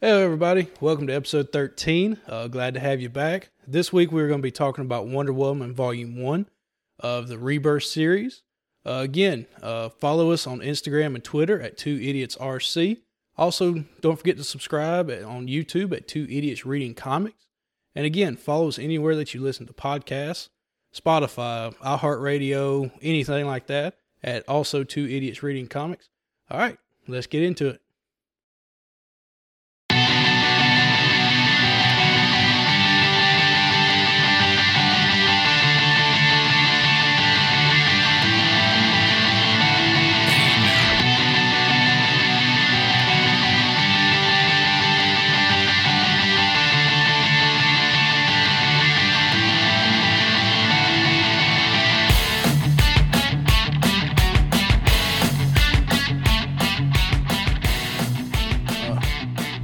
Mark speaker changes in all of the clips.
Speaker 1: Hello, everybody. Welcome to episode 13. Uh, glad to have you back. This week, we're going to be talking about Wonder Woman Volume 1 of the Rebirth series. Uh, again, uh, follow us on Instagram and Twitter at 2IdiotsRC. Also, don't forget to subscribe at, on YouTube at 2 Idiots Reading Comics. And again, follow us anywhere that you listen to podcasts Spotify, iHeartRadio, anything like that, at also 2 Idiots Reading Comics. All right, let's get into it.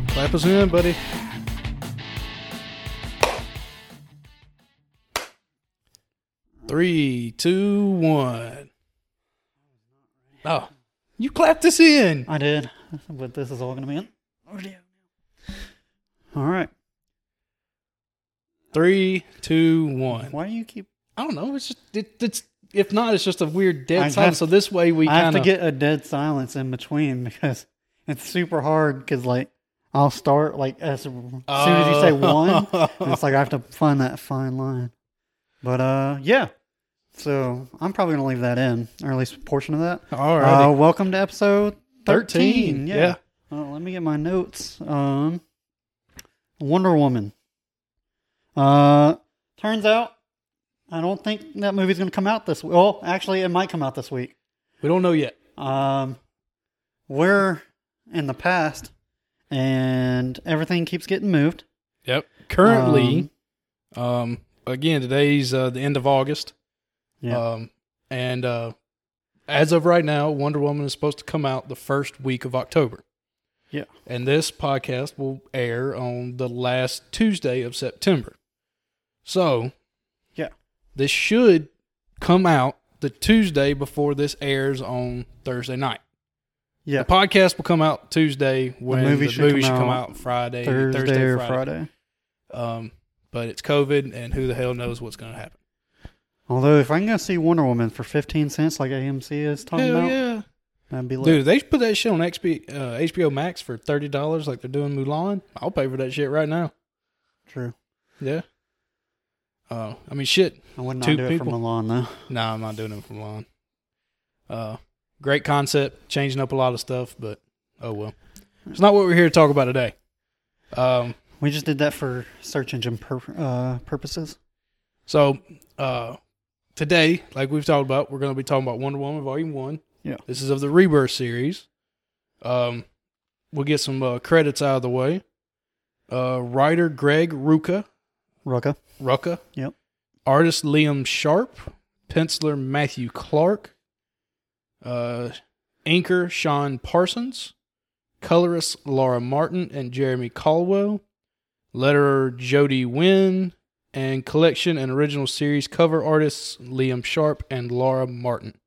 Speaker 1: Clap us in, buddy. Three, two, one. Oh, you clapped us in.
Speaker 2: I did. But this is all going to be in audio. All right.
Speaker 1: Three, two, one.
Speaker 2: Why do you keep?
Speaker 1: I don't know. It's just it, it's if not, it's just a weird dead
Speaker 2: I
Speaker 1: time.
Speaker 2: have-
Speaker 1: So this way we
Speaker 2: I have
Speaker 1: kind
Speaker 2: to
Speaker 1: of
Speaker 2: get a dead silence in between because it's super hard. Because like I'll start like as soon as you say one, and it's like I have to find that fine line. But uh, yeah. So I'm probably going to leave that in, or at least a portion of that.
Speaker 1: all
Speaker 2: Uh,
Speaker 1: right.
Speaker 2: welcome to episode 13.
Speaker 1: Thirteen. Yeah.
Speaker 2: Uh, let me get my notes. Um, Wonder Woman. Uh, turns out, I don't think that movie's going to come out this week. Well, actually, it might come out this week.
Speaker 1: We don't know yet.
Speaker 2: Um, we're in the past, and everything keeps getting moved.
Speaker 1: Yep. Currently,
Speaker 2: Um,
Speaker 1: um, again, today's uh, the end of August.
Speaker 2: yeah.
Speaker 1: Um, and uh, as of right now, Wonder Woman is supposed to come out the first week of October.
Speaker 2: Yeah.
Speaker 1: And this podcast will air on the last Tuesday of September. So,
Speaker 2: Yeah.
Speaker 1: this should come out the Tuesday before this airs on Thursday night.
Speaker 2: yeah.
Speaker 1: The podcast will come out Tuesday when the
Speaker 2: movie
Speaker 1: movie
Speaker 2: should
Speaker 1: should,
Speaker 2: come
Speaker 1: come,
Speaker 2: out
Speaker 1: out Friday,
Speaker 2: Thursday,
Speaker 1: Thursday,
Speaker 2: or
Speaker 1: Friday.
Speaker 2: Friday.
Speaker 1: Um, but it's COVID, and who the hell knows what's going to happen?
Speaker 2: Although, if I can go see Wonder Woman for 15 cents, like AMC is talking
Speaker 1: Hell
Speaker 2: about,
Speaker 1: yeah.
Speaker 2: that'd be lit.
Speaker 1: Dude, if they put that shit on XB, uh, HBO Max for thirty dollars, like they're doing Mulan. I'll pay for that shit right now.
Speaker 2: True.
Speaker 1: Yeah. Uh, I mean, shit.
Speaker 2: I would not
Speaker 1: Two
Speaker 2: do it
Speaker 1: people.
Speaker 2: for Milan, though.
Speaker 1: Nah, I'm not doing it for Mulan. Uh, great concept, changing up a lot of stuff, but oh well. It's not what we're here to talk about today. Um,
Speaker 2: We just did that for search engine pur- uh, purposes.
Speaker 1: so uh, today, like we've talked about, we're going to be talking about Wonder Woman Volume One.
Speaker 2: Yeah.
Speaker 1: This is of the Rebirth series. Um, we'll get some uh, credits out of the way. Uh, writer Greg Rucka
Speaker 2: Rucka.
Speaker 1: Rucka.
Speaker 2: Yep.
Speaker 1: Artist Liam Sharp. Penciler Matthew Clark. Uh, inker Sean Parsons. Colorist Laura Martin and Jeremy Caldwell. Letterer Jody Wynn. And collection and original series cover artists Liam Sharp and Laura Martin.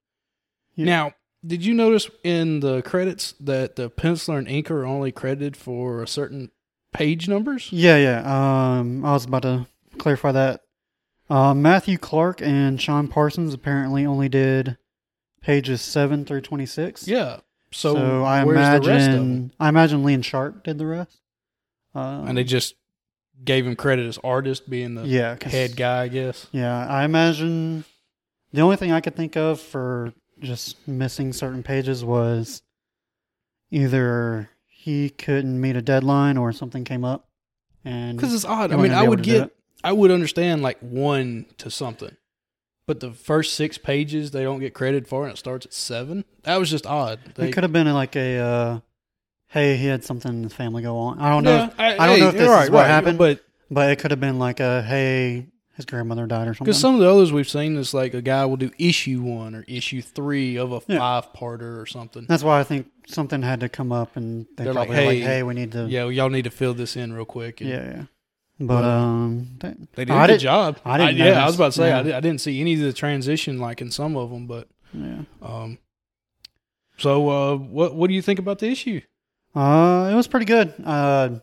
Speaker 2: Yep.
Speaker 1: Now, did you notice in the credits that the penciler and inker are only credited for a certain page numbers?
Speaker 2: Yeah, yeah. Um, I was about to clarify that. Uh, Matthew Clark and Sean Parsons apparently only did pages seven through twenty-six.
Speaker 1: Yeah. So,
Speaker 2: So, I
Speaker 1: where's
Speaker 2: imagine
Speaker 1: the rest of them?
Speaker 2: I imagine Lean Sharp did the rest. Um,
Speaker 1: and they just gave him credit as artist being the
Speaker 2: yeah 'cause-
Speaker 1: head guy, I guess.
Speaker 2: Yeah, I imagine the only thing I could think of for just missing certain pages was either he couldn't meet a deadline or something came up, and
Speaker 1: Because it's odd.
Speaker 2: They
Speaker 1: I mean,
Speaker 2: weren't gonna
Speaker 1: I
Speaker 2: be
Speaker 1: would
Speaker 2: able to do
Speaker 1: get, I would understand like one to something, but the first six pages they don't get credit for, and it starts at seven. That was just odd. They,
Speaker 2: it could have been like a uh, hey, he had something in his family go on. I don't know, if-
Speaker 1: I,
Speaker 2: don't know if this
Speaker 1: you're
Speaker 2: is what happened.
Speaker 1: but
Speaker 2: but it could have been like a hey, his grandmother died or something.
Speaker 1: because some of the others we've seen is like a guy will do issue one or issue three of a
Speaker 2: Yeah.
Speaker 1: five parter or something.
Speaker 2: That's why I think something had to come up, and they
Speaker 1: They're like,
Speaker 2: probably were like,
Speaker 1: "Hey,
Speaker 2: hey, we need to,
Speaker 1: Yeah, well, y'all need to fill this in real quick. and-
Speaker 2: yeah, yeah. But
Speaker 1: uh,
Speaker 2: um, they,
Speaker 1: They did
Speaker 2: I
Speaker 1: a good
Speaker 2: didn't-
Speaker 1: job.
Speaker 2: I didn't
Speaker 1: yeah, I was
Speaker 2: notice.
Speaker 1: about to say I,
Speaker 2: Yeah.
Speaker 1: di- I didn't see any of the transition like in some of them, but
Speaker 2: Yeah.
Speaker 1: um, so uh, what what do you think about the issue?
Speaker 2: Uh, it was pretty good. Uh,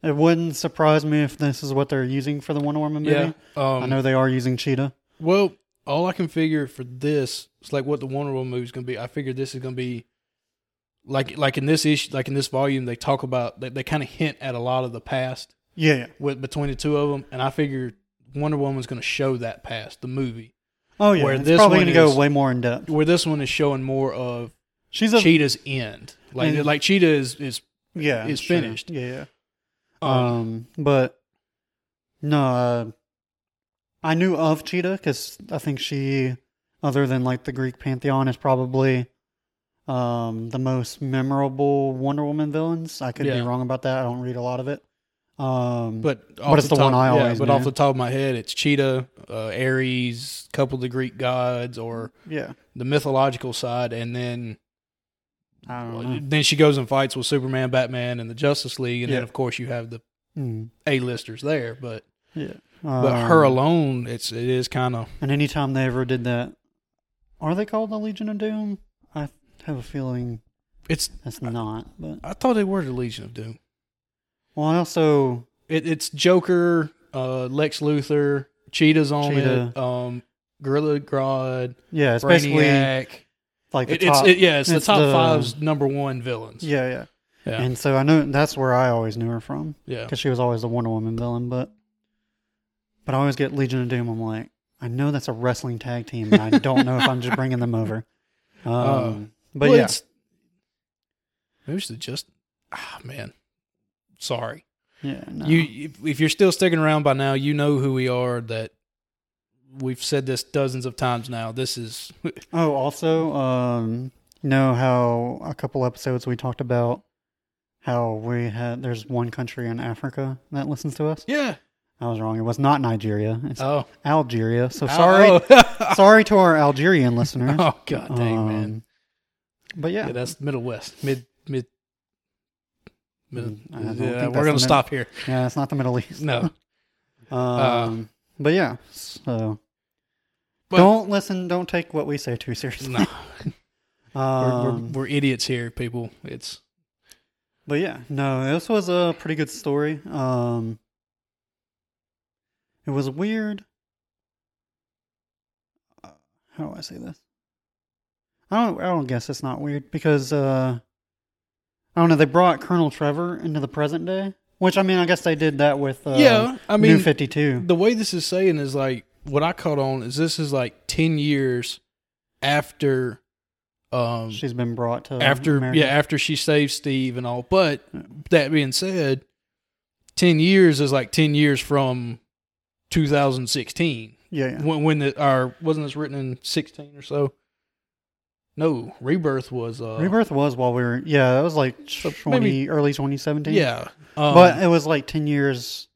Speaker 2: It wouldn't surprise me if this is what they're using for the Wonder Woman movie.
Speaker 1: Yeah. Um,
Speaker 2: I know they are using Cheetah.
Speaker 1: Well, all I can figure for this is like what the Wonder Woman movie is going to be. I figured this is going to be like like in this issue, like in this volume, they talk about they, they kind of hint at a lot of the past
Speaker 2: Yeah, yeah.
Speaker 1: with between the two of them, and I figure Wonder Woman's going to show that past the movie,
Speaker 2: Oh yeah.
Speaker 1: Where
Speaker 2: it's
Speaker 1: this
Speaker 2: probably
Speaker 1: one
Speaker 2: gonna go
Speaker 1: is-
Speaker 2: way more in depth.
Speaker 1: where this one is showing more of
Speaker 2: She's a
Speaker 1: Cheetah's end, like
Speaker 2: And-
Speaker 1: like Cheetah is is
Speaker 2: yeah.
Speaker 1: is
Speaker 2: sure.
Speaker 1: finished.
Speaker 2: Yeah, yeah.
Speaker 1: um,
Speaker 2: Um, but no, uh, I knew of Cheetah because I think she, other than like the Greek pantheon, is probably um, the most memorable Wonder Woman villains. I could be
Speaker 1: Yeah.
Speaker 2: wrong about that. I don't read a lot of it. Um,
Speaker 1: but off
Speaker 2: it's the
Speaker 1: top-
Speaker 2: one I
Speaker 1: yeah,
Speaker 2: always
Speaker 1: But
Speaker 2: knew.
Speaker 1: off the top of my head, it's Cheetah, uh, Ares, couple of the Greek gods, or
Speaker 2: yeah,
Speaker 1: the mythological side, and then uh,
Speaker 2: I don't know.
Speaker 1: then she goes and fights with Superman, Batman, and the Justice League, and then
Speaker 2: Yeah.
Speaker 1: of course you have the
Speaker 2: Mm,
Speaker 1: A listers there. But
Speaker 2: yeah,
Speaker 1: Hmm. but her
Speaker 2: Um,
Speaker 1: alone, it's it is kind of
Speaker 2: And anytime they ever did that, are they called the Legion of Doom? I have a feeling
Speaker 1: it's.
Speaker 2: that's not. But
Speaker 1: I thought they were the Legion of Doom.
Speaker 2: well, I also
Speaker 1: It, it's Joker, uh, Lex Luthor, Cheetah's on it,
Speaker 2: Cheetah.
Speaker 1: um, Gorilla Grodd,
Speaker 2: yeah, it's basically
Speaker 1: Brainiac.
Speaker 2: like the
Speaker 1: It- it's
Speaker 2: top.
Speaker 1: it, yeah, it's,
Speaker 2: it's
Speaker 1: the top
Speaker 2: the-
Speaker 1: five's number one villains.
Speaker 2: yeah, yeah.
Speaker 1: yeah.
Speaker 2: And so I know that's where I always knew her from
Speaker 1: yeah.
Speaker 2: because she was always the Wonder Woman villain. But but I always get Legion of Doom. I'm like, I know that's a wrestling tag team. And I don't know if I'm just bringing them over. Um, but
Speaker 1: Uh, Well,
Speaker 2: yeah,
Speaker 1: it's- maybe should just ah man. Sorry.
Speaker 2: yeah, no.
Speaker 1: You if, if you're still sticking around by now, you know who we are that we've said this dozens of times now. This is
Speaker 2: Oh, also, um, you know how a couple episodes we talked about how we had there's one country in Africa that listens to us.
Speaker 1: Yeah.
Speaker 2: I was wrong. It was not Nigeria. It's
Speaker 1: Oh.
Speaker 2: Algeria. So sorry,
Speaker 1: Oh,
Speaker 2: sorry to our Algerian listeners.
Speaker 1: Oh, god dang man.
Speaker 2: Um, But yeah,
Speaker 1: Yeah, that's Middle West. Mid mid Middle,
Speaker 2: Mm, I don't think
Speaker 1: yeah,
Speaker 2: that's
Speaker 1: we're
Speaker 2: the
Speaker 1: gonna
Speaker 2: mid-
Speaker 1: stop here.
Speaker 2: yeah, it's not the Middle East.
Speaker 1: No,
Speaker 2: Um,
Speaker 1: Uh,
Speaker 2: but yeah, so
Speaker 1: But-
Speaker 2: don't listen. Don't take what we say too seriously.
Speaker 1: no,
Speaker 2: Um,
Speaker 1: we're, we're, we're idiots here, people. It's
Speaker 2: But yeah, no, this was a pretty good story. Um, it was weird. Uh, How do I say this? I don't. I don't guess it's not weird because uh, I don't know. They brought Colonel Trevor into the present day, which I mean, I guess they did that with uh,
Speaker 1: yeah. I mean,
Speaker 2: New Fifty Two.
Speaker 1: the way this is saying is like what I caught on is this is like ten years after, um,
Speaker 2: She's been brought to
Speaker 1: after
Speaker 2: America.
Speaker 1: yeah, after she saves Steve and all. But that being said, ten years is like ten years from 2016
Speaker 2: yeah, yeah.
Speaker 1: when when the or wasn't this written in 16 or so. No, rebirth was uh
Speaker 2: Rebirth was while we were yeah, that was like
Speaker 1: So
Speaker 2: twenty
Speaker 1: maybe-
Speaker 2: early twenty seventeen.
Speaker 1: yeah, um,
Speaker 2: but it was like 10 years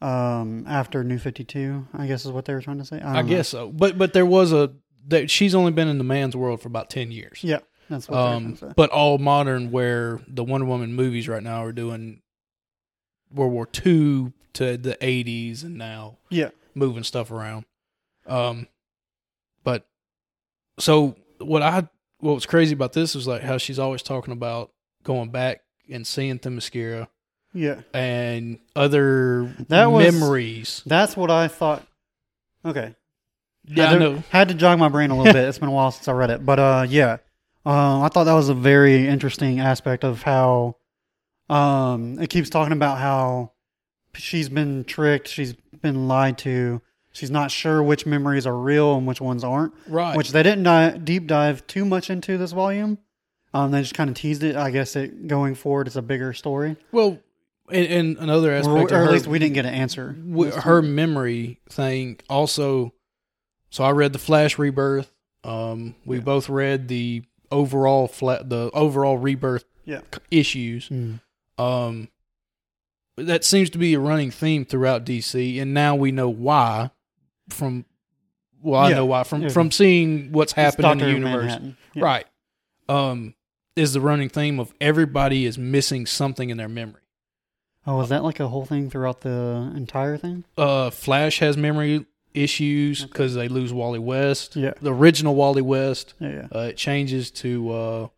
Speaker 2: um after new 52 i guess is what they were trying to say i,
Speaker 1: I
Speaker 2: don't know.
Speaker 1: guess so. But but there was a that she's only been in the man's world for about ten years.
Speaker 2: yeah that's what they were
Speaker 1: um,
Speaker 2: trying to say
Speaker 1: but all modern where the Wonder Woman movies right now are doing World War II to the eighties and now
Speaker 2: yeah
Speaker 1: moving stuff around. Um, but so what I what was crazy about this is like how she's always talking about going back and seeing Themyscira
Speaker 2: yeah
Speaker 1: and other
Speaker 2: That was-
Speaker 1: memories.
Speaker 2: that's what i thought okay
Speaker 1: Yeah,
Speaker 2: had
Speaker 1: I
Speaker 2: to,
Speaker 1: know.
Speaker 2: had to jog my brain a little bit it's been a while since i read it but uh yeah um i thought that was a very interesting aspect of how um it keeps talking about how she's been tricked she's been lied to she's not sure which memories are real and which ones aren't
Speaker 1: Right.
Speaker 2: which they didn't di- deep dive too much into this volume. Um, they just kind of teased it. I guess it going forward, it's a bigger story,
Speaker 1: well, and, and another
Speaker 2: or,
Speaker 1: aspect, of
Speaker 2: or at
Speaker 1: her-
Speaker 2: least we didn't get an answer.
Speaker 1: w- her memory thing also so i read the flash rebirth um we
Speaker 2: Yeah.
Speaker 1: both read the overall flat the overall rebirth
Speaker 2: Yeah.
Speaker 1: c- issues
Speaker 2: Mm.
Speaker 1: um that seems to be a running theme throughout dc and now we know why from well i
Speaker 2: Yeah.
Speaker 1: know why from
Speaker 2: Yeah.
Speaker 1: from seeing what's
Speaker 2: It's
Speaker 1: happened in the
Speaker 2: Dr.
Speaker 1: universe
Speaker 2: Manhattan. Yeah.
Speaker 1: right um is the running theme of everybody is missing something in their memory
Speaker 2: Oh, was that like a whole thing throughout the entire thing?
Speaker 1: uh Flash has memory issues because they lose Wally West.
Speaker 2: Yeah.
Speaker 1: The original Wally West.
Speaker 2: Yeah, yeah.
Speaker 1: Uh, it changes to uh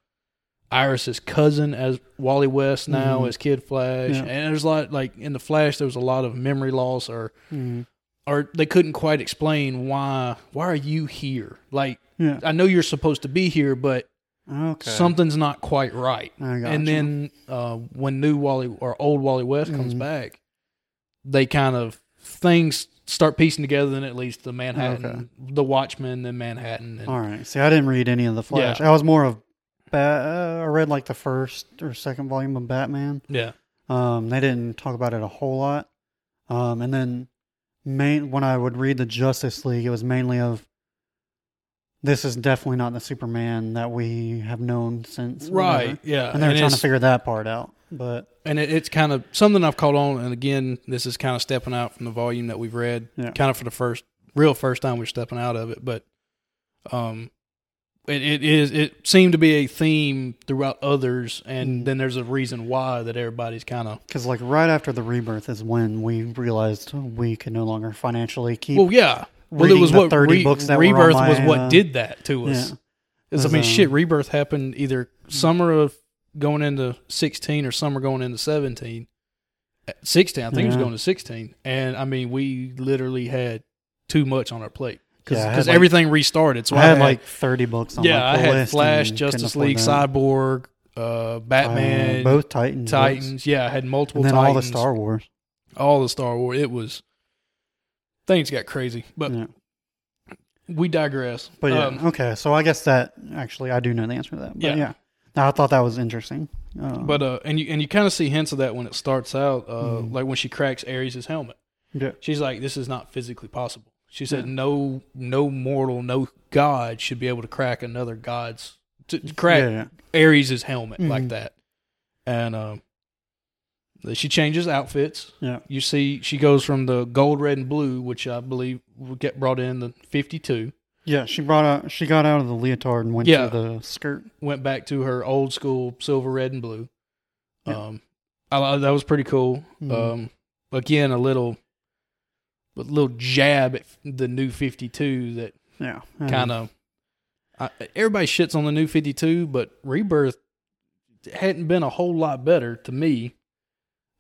Speaker 1: Iris's cousin as Wally West now as Kid Flash,
Speaker 2: Mm-hmm. Yeah.
Speaker 1: and there's a lot like in the Flash there was a lot of memory loss or
Speaker 2: Mhm.
Speaker 1: or they couldn't quite explain why why are you here? Like
Speaker 2: Yeah.
Speaker 1: I know you're supposed to be here, but
Speaker 2: Okay.
Speaker 1: something's not quite right.
Speaker 2: I gotcha.
Speaker 1: And then uh, when new Wally or old Wally West comes
Speaker 2: Mhm.
Speaker 1: back, they kind of things start piecing together, and it leads to Manhattan,
Speaker 2: Okay.
Speaker 1: the Watchmen, then Manhattan. And,
Speaker 2: All right. See, I didn't read any of the Flash. I was more of. Ba- uh, I read like the first or second volume of Batman.
Speaker 1: Yeah,
Speaker 2: Um, they didn't talk about it a whole lot. Um, and then main when I would read the Justice League, it was mainly of. This is definitely not the Superman that we have known since.
Speaker 1: right.
Speaker 2: whatever."
Speaker 1: Yeah,
Speaker 2: And they were trying to
Speaker 1: it's-
Speaker 2: figure that part out, but
Speaker 1: and it, it's kind of something I've caught on. And again, this is kind of stepping out from the volume that we've read,
Speaker 2: Yeah.
Speaker 1: kind of for the first real first time we're stepping out of it. But um, it, it is it seemed to be a theme throughout others, and
Speaker 2: Mhm.
Speaker 1: then there's a reason why that everybody's kind of
Speaker 2: because like right after the rebirth is when we realized we could no longer financially keep.
Speaker 1: well, yeah. Well, it
Speaker 2: reading
Speaker 1: was
Speaker 2: the
Speaker 1: what
Speaker 2: 30
Speaker 1: Re-
Speaker 2: books that were on
Speaker 1: Rebirth was
Speaker 2: my,
Speaker 1: what
Speaker 2: uh,
Speaker 1: did that to
Speaker 2: yeah.
Speaker 1: us. 'Cause, I
Speaker 2: Was,
Speaker 1: mean,
Speaker 2: um,
Speaker 1: shit, Rebirth happened either summer of going into 16 or summer going into 17. Uh, 16, I think it was
Speaker 2: Yeah.
Speaker 1: going to 16. And I mean, we literally had too much on our plate because
Speaker 2: Yeah, I had, like-
Speaker 1: everything restarted. So
Speaker 2: I had like thirty books on.
Speaker 1: yeah,
Speaker 2: my
Speaker 1: I had
Speaker 2: list
Speaker 1: Flash,
Speaker 2: and couldn't
Speaker 1: Justice
Speaker 2: afford
Speaker 1: League,
Speaker 2: that.
Speaker 1: Cyborg, uh, Batman,
Speaker 2: Uh, both Titans,
Speaker 1: Titans. Yeah, I had multiple
Speaker 2: and then
Speaker 1: Titans.
Speaker 2: all the Star Wars.
Speaker 1: all the Star Wars. It was things got crazy, but
Speaker 2: yeah.
Speaker 1: we digress.
Speaker 2: But yeah,
Speaker 1: Um,
Speaker 2: okay. So I guess that actually I do know the answer to that. But
Speaker 1: Yeah.
Speaker 2: yeah, No, I thought that was interesting. Uh,
Speaker 1: But uh, and you and you kind of see hints of that when it starts out, uh,
Speaker 2: Mhm.
Speaker 1: like when she cracks Ares' helmet.
Speaker 2: yeah,
Speaker 1: She's like, "This is not physically possible." She said,
Speaker 2: Yeah.
Speaker 1: "No, no mortal, no god should be able to crack another god's to to crack
Speaker 2: yeah, yeah.
Speaker 1: Ares' helmet like
Speaker 2: Mhm.
Speaker 1: that." And um, she changes outfits.
Speaker 2: Yeah.
Speaker 1: You see, she goes from the gold, red, and blue, which I believe will get brought in the fifty-two.
Speaker 2: Yeah, She brought out. She got out of the leotard and went
Speaker 1: Yeah.
Speaker 2: to the skirt.
Speaker 1: went back to her old school silver, red, and blue.
Speaker 2: Yeah.
Speaker 1: Um, I, lo- that was pretty cool.
Speaker 2: Mhm.
Speaker 1: Um, again, a little, a little jab at f- the new Fifty Two that
Speaker 2: Yeah,
Speaker 1: kind of. Everybody shits on the new Fifty Two, but Rebirth hadn't been a whole lot better to me.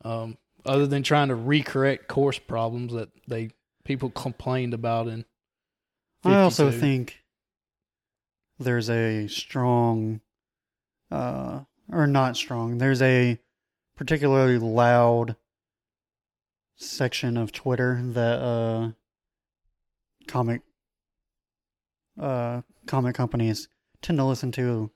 Speaker 1: Um, other than trying to recorrect course problems that they people complained about in.
Speaker 2: I also
Speaker 1: 52.
Speaker 2: think there's a strong, uh, or not strong. There's a particularly loud section of Twitter that uh, comic uh, comic companies tend to listen to,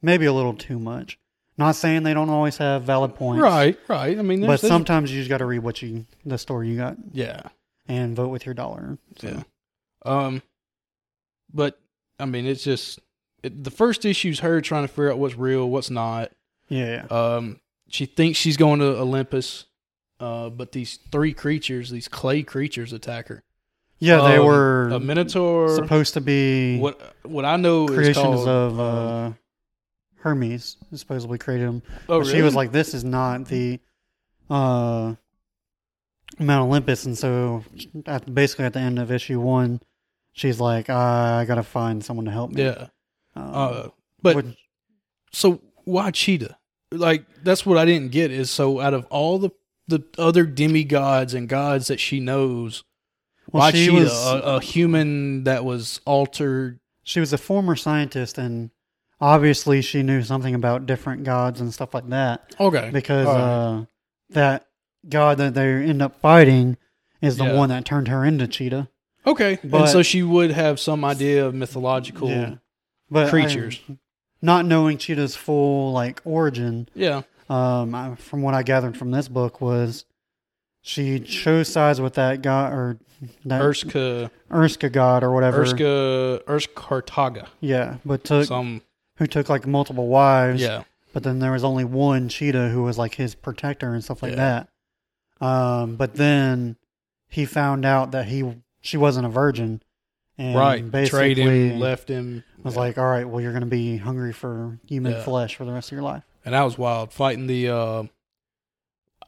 Speaker 2: maybe a little too much. Not saying they don't always have valid points,
Speaker 1: right, right. I mean,
Speaker 2: But
Speaker 1: there's, there's,
Speaker 2: sometimes you just got to read what you the story you got
Speaker 1: yeah.
Speaker 2: and vote with your dollar. So,
Speaker 1: Yeah. Um, but I mean, it's just it, the first issue's her trying to figure out what's real, what's not.
Speaker 2: yeah, yeah.
Speaker 1: Um, she thinks she's going to Olympus, uh, but these three creatures, these clay creatures, attack her.
Speaker 2: Yeah, they
Speaker 1: Um,
Speaker 2: were
Speaker 1: a minotaur.
Speaker 2: supposed to be
Speaker 1: what what I know is
Speaker 2: creations
Speaker 1: called. um,
Speaker 2: of uh, Hermes. Supposedly created them.
Speaker 1: oh,
Speaker 2: But She was like, "This is not the uh, Mount Olympus," and so at, basically at the end of issue one, she's like, "I gotta find someone to help me."
Speaker 1: yeah.
Speaker 2: Um,
Speaker 1: Uh, but
Speaker 2: which-
Speaker 1: so why cheetah? Like that's what I didn't get is so out of all the the other demigods and gods that she knows,
Speaker 2: well,
Speaker 1: why
Speaker 2: she
Speaker 1: cheetah?
Speaker 2: was
Speaker 1: uh, a, a human that was altered
Speaker 2: she was a former scientist, and obviously she knew something about different gods and stuff like that.
Speaker 1: Okay.
Speaker 2: because
Speaker 1: All right.
Speaker 2: uh, that god that they end up fighting is the
Speaker 1: Yeah.
Speaker 2: one that turned her into cheetah.
Speaker 1: okay. and
Speaker 2: uh, but-
Speaker 1: so she would have some idea of mythological. Yeah.
Speaker 2: but I-
Speaker 1: creatures.
Speaker 2: not knowing cheetah's full like origin, um, I, from what I gathered from this book was she chose sides with that god or that
Speaker 1: Erska,
Speaker 2: Urska god or whatever.
Speaker 1: Erska, Erskartaga.
Speaker 2: Yeah, but took
Speaker 1: Some.
Speaker 2: who took like multiple wives.
Speaker 1: Yeah.
Speaker 2: But then there was only one cheetah who was like his protector and stuff like
Speaker 1: Yeah.
Speaker 2: that. Um, but then he found out that he she wasn't a virgin, and
Speaker 1: right.
Speaker 2: basically
Speaker 1: Betrayed him, left him.
Speaker 2: was like, "All right, well, you're gonna be hungry for human
Speaker 1: Yeah.
Speaker 2: flesh for the rest of your life."
Speaker 1: And that was wild. Fighting the. Uh,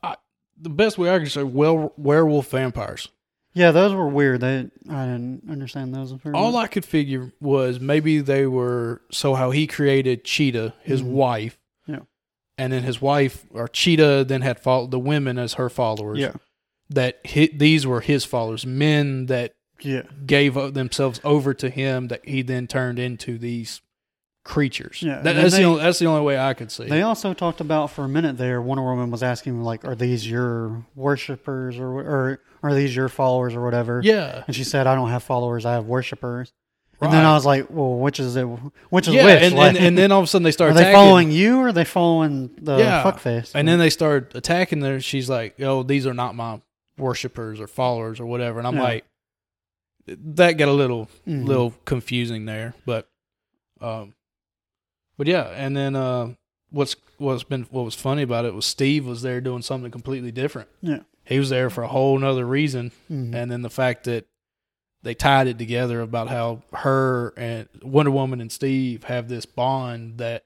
Speaker 1: I, the best way I can say, well, werewolf vampires.
Speaker 2: Yeah, those were weird. They I didn't understand those. very
Speaker 1: All
Speaker 2: much.
Speaker 1: I could figure was maybe they were so how he created Cheetah, his
Speaker 2: Mhm.
Speaker 1: wife, and then his wife or Cheetah then had followed the women as her followers.
Speaker 2: Yeah.
Speaker 1: That hi these were his followers, men that
Speaker 2: Yeah.
Speaker 1: gave o- themselves over to him that he then turned into these creatures.
Speaker 2: Yeah,
Speaker 1: That-
Speaker 2: and
Speaker 1: that's
Speaker 2: they-
Speaker 1: the only, that's the only way I could see. it.
Speaker 2: They also talked about for a minute there. Wonder Woman was asking like, "Are these your worshippers or wh- or are these your followers or whatever?"
Speaker 1: yeah.
Speaker 2: And she said, "I don't have followers. I have worshippers." And then
Speaker 1: Right.
Speaker 2: I was like, "Well, which is it? Which is
Speaker 1: Yeah,
Speaker 2: which?"
Speaker 1: and,
Speaker 2: Like,
Speaker 1: and, and then all of a sudden they
Speaker 2: are
Speaker 1: start
Speaker 2: they
Speaker 1: attacking.
Speaker 2: following you or are they following the
Speaker 1: Yeah.
Speaker 2: fuckface?
Speaker 1: And then they start attacking there. She's like, "Oh, these are not my worshipers or followers or whatever." And I'm
Speaker 2: Yeah.
Speaker 1: like, that got a little
Speaker 2: Mhm.
Speaker 1: little confusing there, but um, but yeah. And then uh, what's what's been what was funny about it was Steve was there doing something completely different.
Speaker 2: Yeah.
Speaker 1: he was there for a whole nother reason,
Speaker 2: Mhm.
Speaker 1: and then the fact that they tied it together about how her and Wonder Woman and Steve have this bond that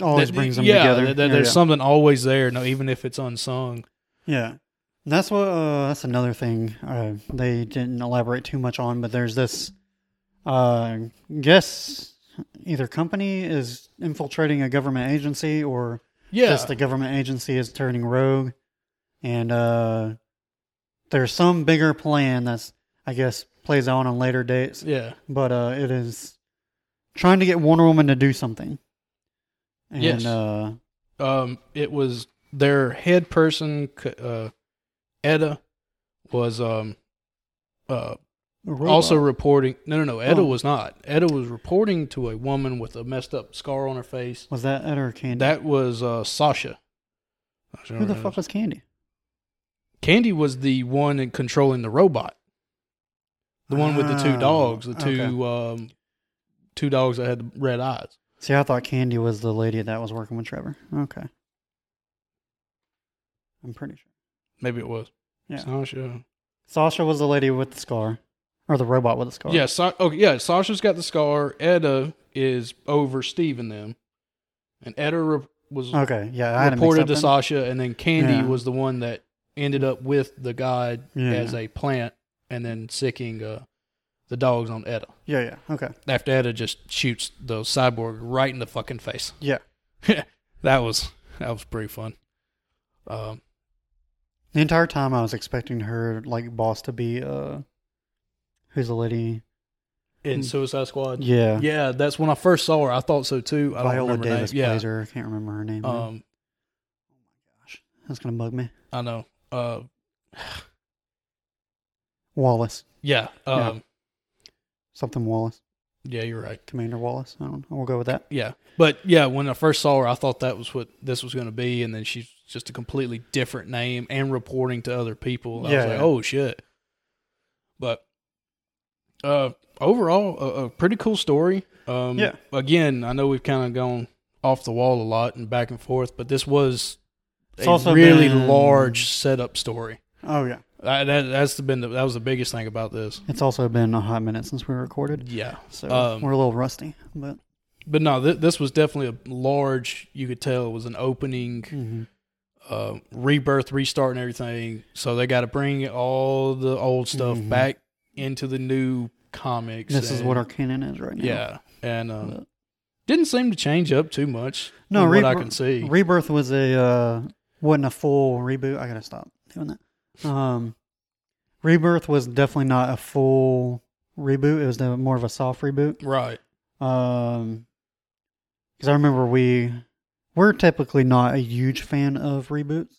Speaker 2: always
Speaker 1: that-
Speaker 2: brings them
Speaker 1: yeah,
Speaker 2: together.
Speaker 1: that- that
Speaker 2: yeah,
Speaker 1: there's
Speaker 2: yeah.
Speaker 1: something always there, no, even if it's unsung.
Speaker 2: Yeah. And That's what. Uh, that's another thing uh, they didn't elaborate too much on. But there's this. Uh, guess either company is infiltrating a government agency, or
Speaker 1: Yeah,
Speaker 2: just the government agency is turning rogue, and uh, there's some bigger plan that's I guess plays on on later dates.
Speaker 1: yeah,
Speaker 2: But uh, it is trying to get Wonder Woman to do something. And
Speaker 1: Yes.
Speaker 2: uh,
Speaker 1: um, it was their head person, c- uh, Edda, was um, uh, also reporting. No, no, no. Edda
Speaker 2: Oh.
Speaker 1: was not. Edda was reporting to a woman with a messed up scar on her face.
Speaker 2: was that Ed or Candy?
Speaker 1: That was uh, Sasha.
Speaker 2: Who the fuck was Candy?
Speaker 1: Candy was the one in controlling the robot. The one with the two
Speaker 2: Ah,
Speaker 1: dogs, the two um, two dogs that had the red eyes.
Speaker 2: See, I thought Candy was the lady that was working with Trevor. Okay. I'm pretty sure.
Speaker 1: Maybe it was.
Speaker 2: Yeah.
Speaker 1: Sasha.
Speaker 2: Sasha was the lady with the scar, or the robot with the scar.
Speaker 1: Yeah, Sa- okay, yeah, Sasha's got the scar. Edda is over Steve and them. And Edda re- was
Speaker 2: Okay. Yeah, Oh, I had
Speaker 1: reported to
Speaker 2: to Sasha.
Speaker 1: Sasha, and then Candy
Speaker 2: Yeah.
Speaker 1: was the one that ended up with the guy
Speaker 2: Yeah.
Speaker 1: as a plant and then sicking uh, the dogs on Edda.
Speaker 2: Yeah, yeah. Okay.
Speaker 1: After Edda just shoots the cyborg right in the fucking face.
Speaker 2: Yeah.
Speaker 1: That was that was pretty fun. Um,
Speaker 2: The entire time I was expecting her like boss to be uh, who's the lady?
Speaker 1: in Suicide Squad.
Speaker 2: Hmm. Yeah.
Speaker 1: Yeah, that's when I first saw her. I thought so too. I don't
Speaker 2: Viola
Speaker 1: remember her
Speaker 2: Davis
Speaker 1: name. Yeah.
Speaker 2: plays her. I can't remember her name. though.
Speaker 1: Um,
Speaker 2: That's gonna bug me.
Speaker 1: I know. Uh,
Speaker 2: Wallace,
Speaker 1: yeah. Um,
Speaker 2: something Wallace,
Speaker 1: yeah. you're right.
Speaker 2: Commander Wallace. I don't. know. We'll go with that.
Speaker 1: Yeah, but yeah, when I first saw her, I thought that was what this was going to be, and then she's just a completely different name and reporting to other people. I
Speaker 2: Yeah,
Speaker 1: was like,
Speaker 2: yeah.
Speaker 1: oh shit. But uh, overall, a, a pretty cool story. Um,
Speaker 2: Yeah.
Speaker 1: Again, I know we've kind of gone off the wall a lot and back and forth, but this was
Speaker 2: It's
Speaker 1: a
Speaker 2: also
Speaker 1: really
Speaker 2: been-
Speaker 1: large setup story.
Speaker 2: Oh yeah.
Speaker 1: I, that that's been the, that was the biggest thing about this.
Speaker 2: It's also been a hot minute since we recorded,
Speaker 1: Yeah.
Speaker 2: so
Speaker 1: Um,
Speaker 2: we're a little rusty. But
Speaker 1: but no, th- this was definitely a large. You could tell it was an opening,
Speaker 2: mm-hmm.
Speaker 1: uh, rebirth, restart, and everything. So they got to bring all the old stuff
Speaker 2: Mhm.
Speaker 1: back into the new comics.
Speaker 2: this is
Speaker 1: and-
Speaker 2: what our canon is right now. Uh,
Speaker 1: yeah, and um,
Speaker 2: But-
Speaker 1: didn't seem to change up too much.
Speaker 2: No,
Speaker 1: from what I
Speaker 2: Rebirth-
Speaker 1: can see.
Speaker 2: Rebirth was a uh, wasn't a full reboot. I gotta stop doing that. Um, Rebirth was definitely not a full reboot. It was the, more of a soft reboot.
Speaker 1: right.
Speaker 2: Um, because I remember we we're typically not a huge fan of reboots.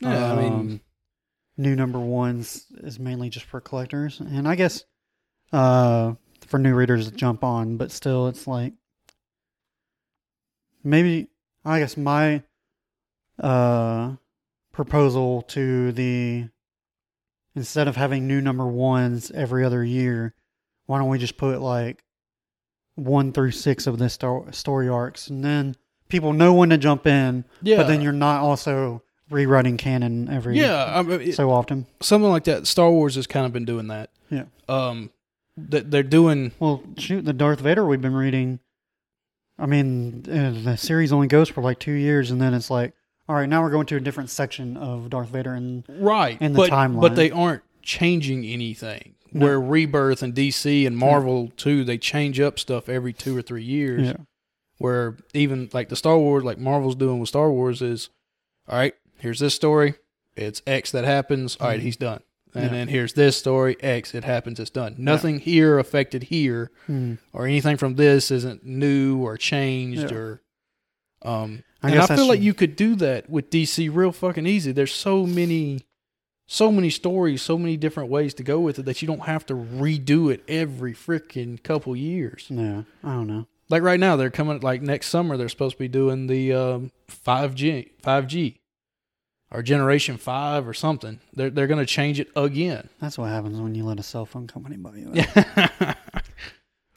Speaker 1: Yeah, I mean,
Speaker 2: Um, new number ones is mainly just for collectors, and I guess uh, for new readers to jump on. But still, it's like maybe I guess my uh, proposal to the instead of having new number ones every other year, why don't we just put like one through six of this stor- story arcs, and then people know when to jump in.
Speaker 1: yeah,
Speaker 2: But then you're not also rewriting canon every
Speaker 1: yeah. I mean, it-
Speaker 2: so often.
Speaker 1: something like that. Star Wars has kind of been doing that.
Speaker 2: Yeah.
Speaker 1: Um, that they're doing.
Speaker 2: Well, shoot, the Darth Vader we've been reading. I mean, uh, the series only goes for like two years, and then it's like, all right, now we're going to a different section of Darth Vader, and
Speaker 1: right
Speaker 2: and the
Speaker 1: but, but
Speaker 2: timeline.
Speaker 1: they aren't changing anything
Speaker 2: No.
Speaker 1: where rebirth and dc and marvel too they change up stuff every two or three years
Speaker 2: yeah,
Speaker 1: where even like the Star Wars, like Marvel's doing with Star Wars, is all right. Here's this story. It's X that happens. All right, he's done. And
Speaker 2: Mm-hmm. Yeah.
Speaker 1: then here's this story. X, it happens. It's done. Nothing here affected here,
Speaker 2: Hmm.
Speaker 1: or anything from this isn't new or changed
Speaker 2: Yeah.
Speaker 1: or. Um,
Speaker 2: I
Speaker 1: and
Speaker 2: guess
Speaker 1: I
Speaker 2: that's-
Speaker 1: feel like you could do that with DC real fucking easy. There's so many, so many stories, so many different ways to go with it that you don't have to redo it every freaking couple years
Speaker 2: Yeah, I don't know.
Speaker 1: like right now they're coming like next summer they're supposed to be doing the um, 5G 5G or generation 5 or something. They're they're going to change it again.
Speaker 2: That's what happens when you let a cell phone company buy you. out.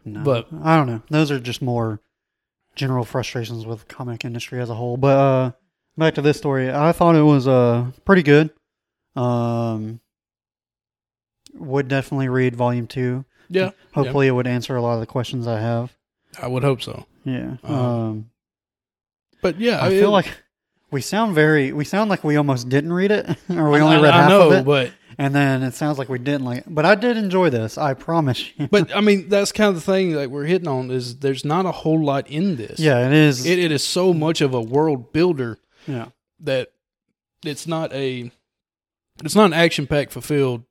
Speaker 2: No,
Speaker 1: But-
Speaker 2: I don't know. Those are just more general frustrations with comic industry as a whole. But uh, back to this story, I thought it was uh pretty good. Um, would definitely read volume two.
Speaker 1: yeah.
Speaker 2: Hopefully, it would answer a lot of the questions I have.
Speaker 1: I would hope so.
Speaker 2: Yeah.
Speaker 1: Um,
Speaker 2: um
Speaker 1: But yeah,
Speaker 2: I feel like we sound very we sound like we almost didn't read it, or we
Speaker 1: I-
Speaker 2: only
Speaker 1: I-
Speaker 2: read
Speaker 1: I
Speaker 2: half
Speaker 1: know,
Speaker 2: of it,
Speaker 1: but
Speaker 2: and then it sounds like we didn't like. But I did enjoy this. I promise you.
Speaker 1: but I mean that's kind of the thing like we're hitting on is there's not a whole lot in this.
Speaker 2: yeah, it is.
Speaker 1: It, it is so much of a world builder
Speaker 2: yeah,
Speaker 1: that it's not a it's not an action pack fulfilled.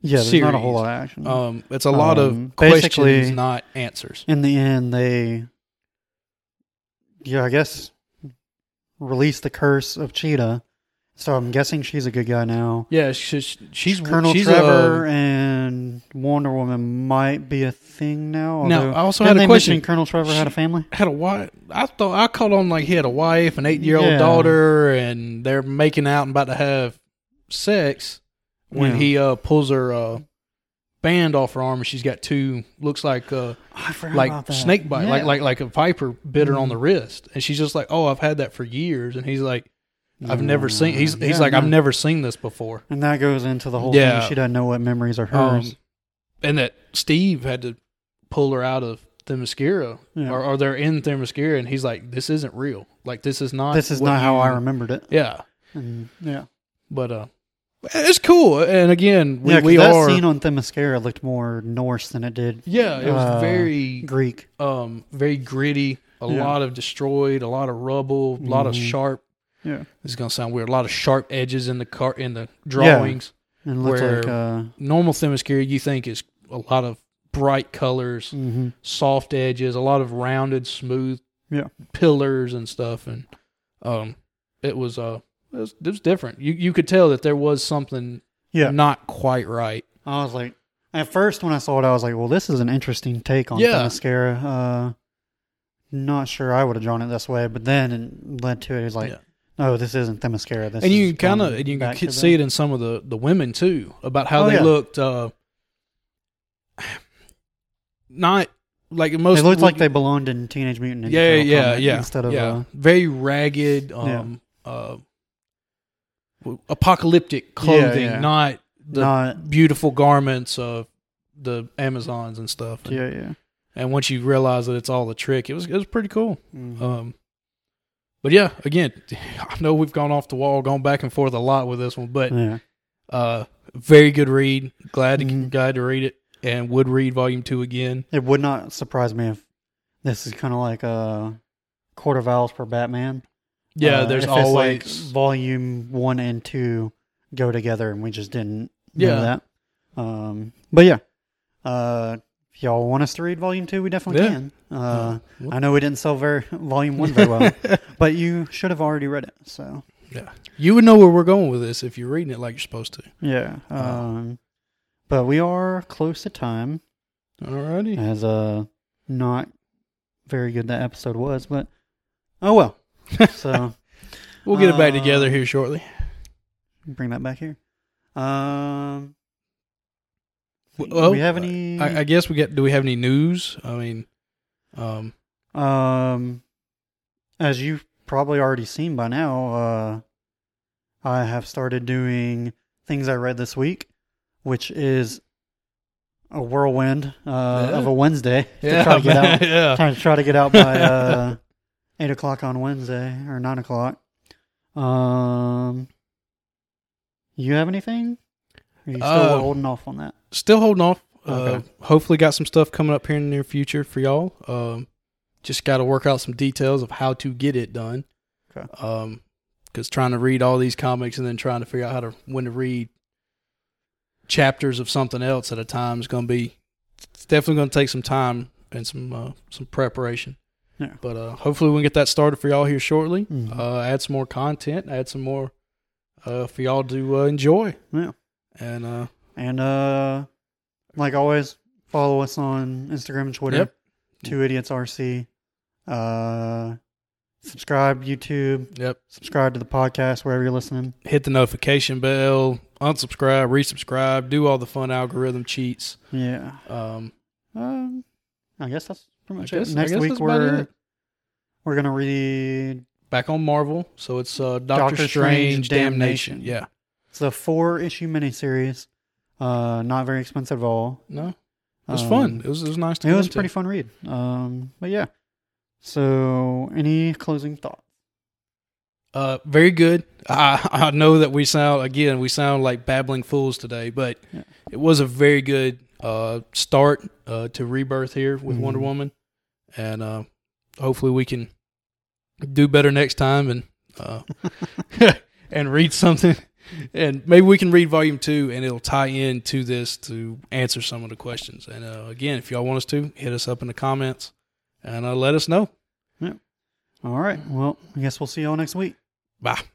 Speaker 2: yeah. There's not a
Speaker 1: Series.
Speaker 2: whole lot of action.
Speaker 1: Um, it's a lot
Speaker 2: Um,
Speaker 1: of
Speaker 2: basically-
Speaker 1: questions, not answers.
Speaker 2: in the end, they, yeah, I guess, released the curse of Cheetah. So I'm guessing she's a good guy now.
Speaker 1: Yeah, she's she's
Speaker 2: Colonel
Speaker 1: she's,
Speaker 2: Trevor
Speaker 1: uh,
Speaker 2: and Wonder Woman might be a thing now.
Speaker 1: now,
Speaker 2: although-
Speaker 1: I also
Speaker 2: Didn't
Speaker 1: had
Speaker 2: they
Speaker 1: a
Speaker 2: mention
Speaker 1: question.
Speaker 2: Colonel Trevor had a
Speaker 1: She-
Speaker 2: family?
Speaker 1: Had a wife? I thought I caught on like he had a wife, an eight-year-old
Speaker 2: Yeah.
Speaker 1: daughter, and they're making out and about to have sex when
Speaker 2: Yeah.
Speaker 1: he uh, pulls her uh, band off her arm, and she's got two looks like uh,
Speaker 2: I forgot about
Speaker 1: like
Speaker 2: that.
Speaker 1: snake bite, like
Speaker 2: Yeah.
Speaker 1: like like a viper bit her on
Speaker 2: Mhm.
Speaker 1: the wrist, and she's just like, "Oh, I've had that for years," and he's like, "I've never seen." He's he's
Speaker 2: Yeah,
Speaker 1: like, "I've
Speaker 2: no.
Speaker 1: never seen this before."
Speaker 2: And that goes into the whole
Speaker 1: Yeah.
Speaker 2: thing. She doesn't know what memories are hers.
Speaker 1: Um, and that Steve had to pull her out of Themyscira,
Speaker 2: Yeah.
Speaker 1: or, or they're in Themyscira, and he's like, "This isn't real. Like this is not.
Speaker 2: this is
Speaker 1: what
Speaker 2: not how
Speaker 1: you-
Speaker 2: I remembered it.
Speaker 1: Yeah,
Speaker 2: And, yeah,
Speaker 1: but uh, it's cool. And again, we,
Speaker 2: yeah. 'cause
Speaker 1: we
Speaker 2: that
Speaker 1: are.
Speaker 2: scene on Themyscira looked more Norse than it did
Speaker 1: yeah, it was
Speaker 2: uh,
Speaker 1: very,
Speaker 2: Greek.
Speaker 1: um, very gritty. A
Speaker 2: Yeah.
Speaker 1: lot of destroyed, a lot of rubble, a lot of
Speaker 2: Mhm.
Speaker 1: sharp.
Speaker 2: Yeah,
Speaker 1: This is gonna sound weird. A lot of sharp edges in the car in the drawings.
Speaker 2: and it looked
Speaker 1: Where-
Speaker 2: like uh,
Speaker 1: Normal Themyscira, you think is a lot of bright colors,
Speaker 2: mhm.
Speaker 1: soft edges, a lot of rounded, smooth
Speaker 2: Yeah.
Speaker 1: pillars and stuff, and um, it was uh, it was, it was different. You you could tell that there was something
Speaker 2: yeah.
Speaker 1: not quite right.
Speaker 2: I was like, at first when I saw it, I was like, well, this is an interesting take on
Speaker 1: Yeah.
Speaker 2: Themyscira. Uh, not sure I would have drawn it this way, but then it led to it. It's like,
Speaker 1: Yeah.
Speaker 2: no, this isn't Themyscira. This
Speaker 1: and
Speaker 2: is
Speaker 1: you kind of
Speaker 2: going
Speaker 1: and you can
Speaker 2: back
Speaker 1: ki-
Speaker 2: to
Speaker 1: see
Speaker 2: the-
Speaker 1: it in some of the the women too about how
Speaker 2: Oh,
Speaker 1: they
Speaker 2: yeah.
Speaker 1: looked. Uh, not like most.
Speaker 2: It looked
Speaker 1: we-
Speaker 2: like they belonged in Teenage Mutant Ninja
Speaker 1: Yeah,
Speaker 2: Turtle
Speaker 1: yeah,
Speaker 2: comic
Speaker 1: yeah.
Speaker 2: instead of
Speaker 1: yeah.
Speaker 2: uh,
Speaker 1: very ragged, um, uh, w- apocalyptic clothing,
Speaker 2: yeah.
Speaker 1: not the
Speaker 2: not
Speaker 1: beautiful garments of the Amazons and stuff. And,
Speaker 2: yeah yeah
Speaker 1: and once you realize that it's all a trick, it was it was pretty cool.
Speaker 2: Uh,
Speaker 1: Um, but yeah, again, I know we've gone off the wall, gone back and forth a lot with this one, but
Speaker 2: yeah
Speaker 1: uh, very good read. Glad to
Speaker 2: Mhm.
Speaker 1: glad to read it, and would read volume two again.
Speaker 2: it would not surprise me if this is kind of like a quarter of owls per batman
Speaker 1: Yeah,
Speaker 2: Uh,
Speaker 1: there's
Speaker 2: if it's like
Speaker 1: always
Speaker 2: volume one and two go together and we just didn't
Speaker 1: Yeah.
Speaker 2: know that um but yeah uh if y'all want us to read volume two we definitely
Speaker 1: Yeah.
Speaker 2: can uh
Speaker 1: Yeah.
Speaker 2: i know we didn't sell very volume one very well but you should have already read it so
Speaker 1: yeah, you would know where we're going with this if you're reading it like you're supposed to.
Speaker 2: yeah
Speaker 1: Uh.
Speaker 2: um but we are close to time
Speaker 1: Alrighty,
Speaker 2: as uh not very good that episode was, but oh well. so
Speaker 1: we'll get it back
Speaker 2: Uh,
Speaker 1: together here shortly.
Speaker 2: bring that back here. Um,
Speaker 1: W-
Speaker 2: do we have
Speaker 1: uh,
Speaker 2: any?
Speaker 1: I, I guess we get. Do we have any news? I mean, um,
Speaker 2: um, as you've probably already seen by now, uh, I have started doing things I read this week, which is a whirlwind uh, of a Wednesday to try to get out.
Speaker 1: yeah.
Speaker 2: trying to try to get out by uh, eight o'clock on Wednesday or nine o'clock. Um, you have anything? Are you still
Speaker 1: Uh,
Speaker 2: holding off on that?
Speaker 1: Still holding off. Uh,
Speaker 2: Okay.
Speaker 1: Hopefully, got some stuff coming up here in the near future for y'all. Um, Just got to work out some details of how to get it done.
Speaker 2: Okay.
Speaker 1: Um, because trying to read all these comics and then trying to figure out how to when to read chapters of something else at a time is going to be it's definitely going to take some time and some uh, some preparation.
Speaker 2: Yeah.
Speaker 1: But uh, hopefully we can get that started for y'all here shortly.
Speaker 2: Mhm.
Speaker 1: Uh, add some more content. Add some more uh, for y'all to uh, enjoy.
Speaker 2: Yeah.
Speaker 1: And uh,
Speaker 2: And uh, like always, follow us on Instagram and Twitter.
Speaker 1: Yep.
Speaker 2: Two Idiots RC. Uh, subscribe YouTube.
Speaker 1: yep,
Speaker 2: Subscribe to the podcast wherever you're listening.
Speaker 1: hit the notification bell. Unsubscribe, resubscribe, do all the fun algorithm cheats.
Speaker 2: Yeah.
Speaker 1: Um,
Speaker 2: Um, I guess that's pretty
Speaker 1: I
Speaker 2: much
Speaker 1: guess-
Speaker 2: it.
Speaker 1: I
Speaker 2: Next
Speaker 1: guess
Speaker 2: week
Speaker 1: that's about
Speaker 2: we're
Speaker 1: it.
Speaker 2: we're gonna read
Speaker 1: back on Marvel, so it's uh, Doctor,
Speaker 2: Doctor
Speaker 1: Strange,
Speaker 2: Strange,
Speaker 1: Damnation.
Speaker 2: Damnation.
Speaker 1: Yeah,
Speaker 2: it's a four issue miniseries. Uh, not very expensive at all.
Speaker 1: no, it was
Speaker 2: Um,
Speaker 1: fun. It was it was nice. To
Speaker 2: It
Speaker 1: go
Speaker 2: was a
Speaker 1: into.
Speaker 2: pretty fun read. Um, but yeah. So, any closing thoughts?
Speaker 1: Uh, very good. I, I know that we sound again we sound like babbling fools today, but
Speaker 2: Yeah.
Speaker 1: it was a very good uh, start uh, to rebirth here with Wonder
Speaker 2: Mhm.
Speaker 1: Woman, and uh, hopefully we can do better next time and uh, and read something, and maybe we can read Volume Two and it'll tie in to this to answer some of the questions. And uh, again, if y'all want us to, hit us up in the comments and uh, let us know.
Speaker 2: All right. Well, I guess we'll see y'all next week.
Speaker 1: Bye.